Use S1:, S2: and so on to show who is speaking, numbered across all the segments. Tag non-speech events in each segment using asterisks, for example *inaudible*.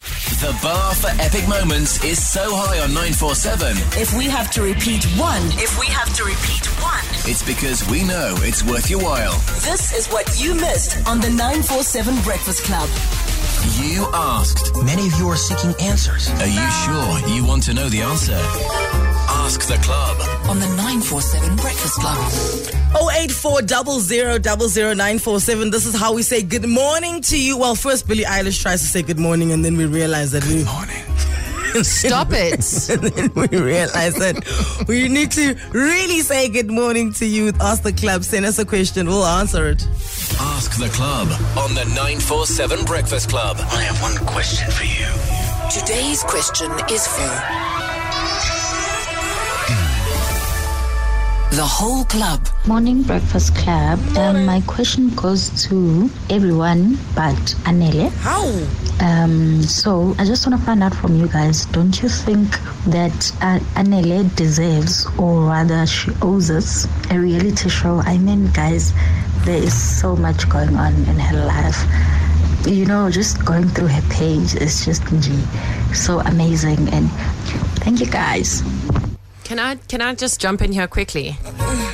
S1: The bar for epic moments is so high on 947,
S2: If we have to repeat one, if we have to repeat one,
S1: it's because we know it's worth your while.
S2: this is what you missed on the 947 Breakfast Club.
S1: You asked.
S3: Many of you are seeking answers.
S1: Are you sure you want to know the answer? Ask the club.
S2: On the 947 Breakfast Club.
S4: 084000947. This is how we say good morning to you. Well, first Billie Eilish tries to say good morning, and then we realize that we *laughs*
S5: Stop it.
S4: and then we realize that we need to really say good morning to you. Ask the club, send us a question, we'll answer it.
S1: Ask the club on the 947 Breakfast Club.
S3: I have one question for you.
S2: *laughs* Today's question is for the whole club.
S6: Morning Breakfast Club. Um, my question goes to everyone but Anele.
S4: How?
S6: Um, so I just want to find out from you guys don't you think that uh, Anele deserves, or rather, she owes us a reality show? I mean, guys, there is so much going on in her life you know, just going through her page is just gee, so amazing. And thank you guys.
S5: Can I can I just jump in here quickly?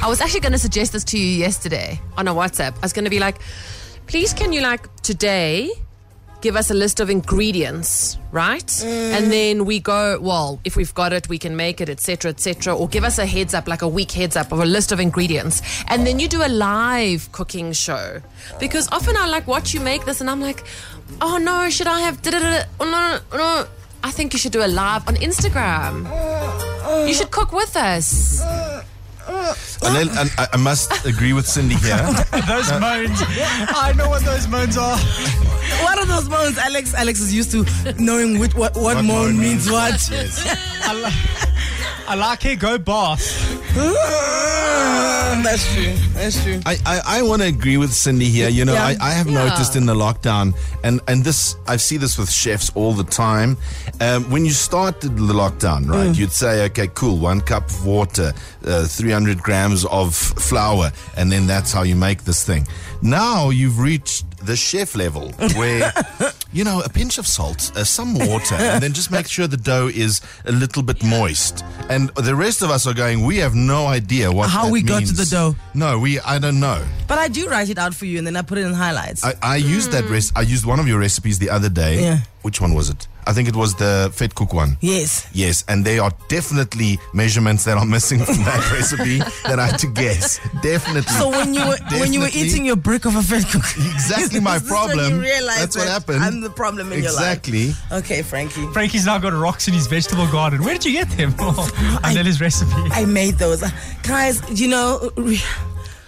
S5: I was actually going to suggest this to you yesterday on a WhatsApp. I was going to be like, please, can you like today give us a list of ingredients, right? And then we go, well, if we've got it, we can make it, etc., etc. Or give us a heads up, like a week heads up of a list of ingredients, and then you do a live cooking show because often I like watch you make this, and I'm like, oh no, should I have? da-da-da-da? Oh no, no. I think you should do a live on Instagram. You should cook with us.
S7: And then and I, I must agree with Cindy here.
S8: *laughs* Those moans. I know what those moans are.
S4: What are those moans? Alex Alex is used to knowing which, what, what,
S7: What
S4: moan,
S7: moan
S4: means
S7: means.
S8: *laughs*
S4: what.
S8: I, li- I like it. Go boss.
S4: *laughs* That's true. That's true.
S7: I, I, I want to agree with Cindy here. You know,
S4: Yeah.
S7: I, I have noticed in the lockdown, and, and this, I see this with chefs all the time. Um, when you started the lockdown,
S4: Mm.
S7: right, you'd say, okay, cool, one cup of water, uh, 300 grams of flour, and then that's how you make this thing. Now you've reached the
S4: *laughs*
S7: chef level where, you know, a pinch of salt, uh, some water, and then just make sure the dough is a little bit moist. And the rest of us are going, we have no idea what
S4: How
S7: that
S4: we got to
S7: means.
S4: the dough.
S7: No, we. I don't know.
S4: But I do write it out for you and then I put it in highlights.
S7: I, I used that rest. I used one of your recipes the other day.
S4: Mm. Yeah.
S7: Which one was it? I think it was the fed cook one.
S4: yes.
S7: Yes, and there are definitely measurements that are missing from
S4: *laughs*
S7: that recipe that I had to guess. Definitely.
S4: So when you were when you were
S7: Definitely.
S4: eating your brick of a fed cook,
S7: *laughs* exactly my
S4: This *laughs* is when you
S7: problem.
S4: realize
S7: That's what
S4: that
S7: happened.
S4: I'm the problem in
S7: exactly.
S4: your life. Okay, Frankie.
S8: Frankie's now got rocks in his vegetable garden. Where did you get them? *laughs* I know his recipe.
S4: I made those, guys. You know, re-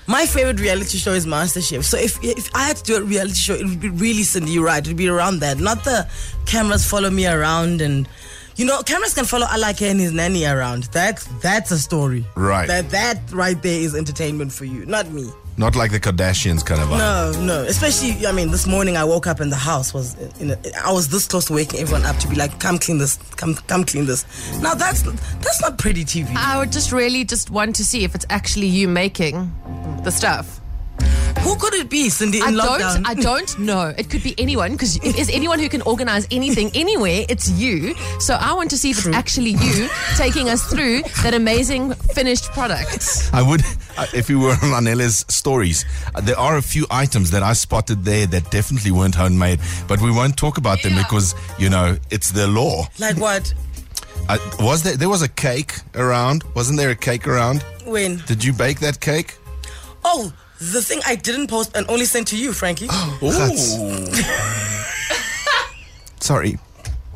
S4: my favorite reality show is MasterChef. So if if I had to do a reality show, it would be really Cindy. You're right. It would be around that, not the cameras follow me around and. You know, cameras can follow Alake and his nanny around. That that's a story.
S7: Right.
S4: That that right there is entertainment for you, not me.
S7: Not like the Kardashians kind of vibe.
S4: No, no. Especially, I mean, this morning I woke up and the house was, in a, I was this close to waking everyone up to be like, come clean this, come, come clean this. Now that's that's not pretty TV.
S5: I would just really just want to see if it's actually you making the stuff.
S4: Who could it be, Cindy? In
S5: I
S4: lockdown,
S5: don't. I *laughs* don't know. It could be anyone because if there's anyone who can organize anything anywhere, it's you. So I want to see if it's actually you taking us through that amazing finished product.
S7: I would, uh, if we were on Anela's stories, uh, there are a few items that I spotted there that definitely weren't homemade, but we won't talk about them because, you know, it's the law.
S4: Like what?
S7: Uh, was there, there was a cake around? Wasn't there a cake around?
S4: When?
S7: Did you bake that cake?
S4: Oh, the thing I didn't post and only sent to you, Frankie.
S7: *laughs* Sorry.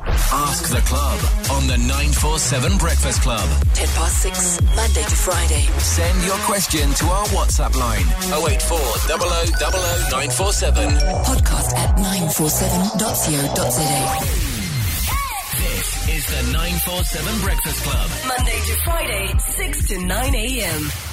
S1: Ask the club on the 947 Breakfast Club.
S2: 10 past 6, Monday to Friday.
S1: Send your question to our WhatsApp line 084 0000 947.
S2: Podcast at 947.co.za.
S1: This is the 947 Breakfast Club.
S2: Monday to Friday, 6 to 9 a.m.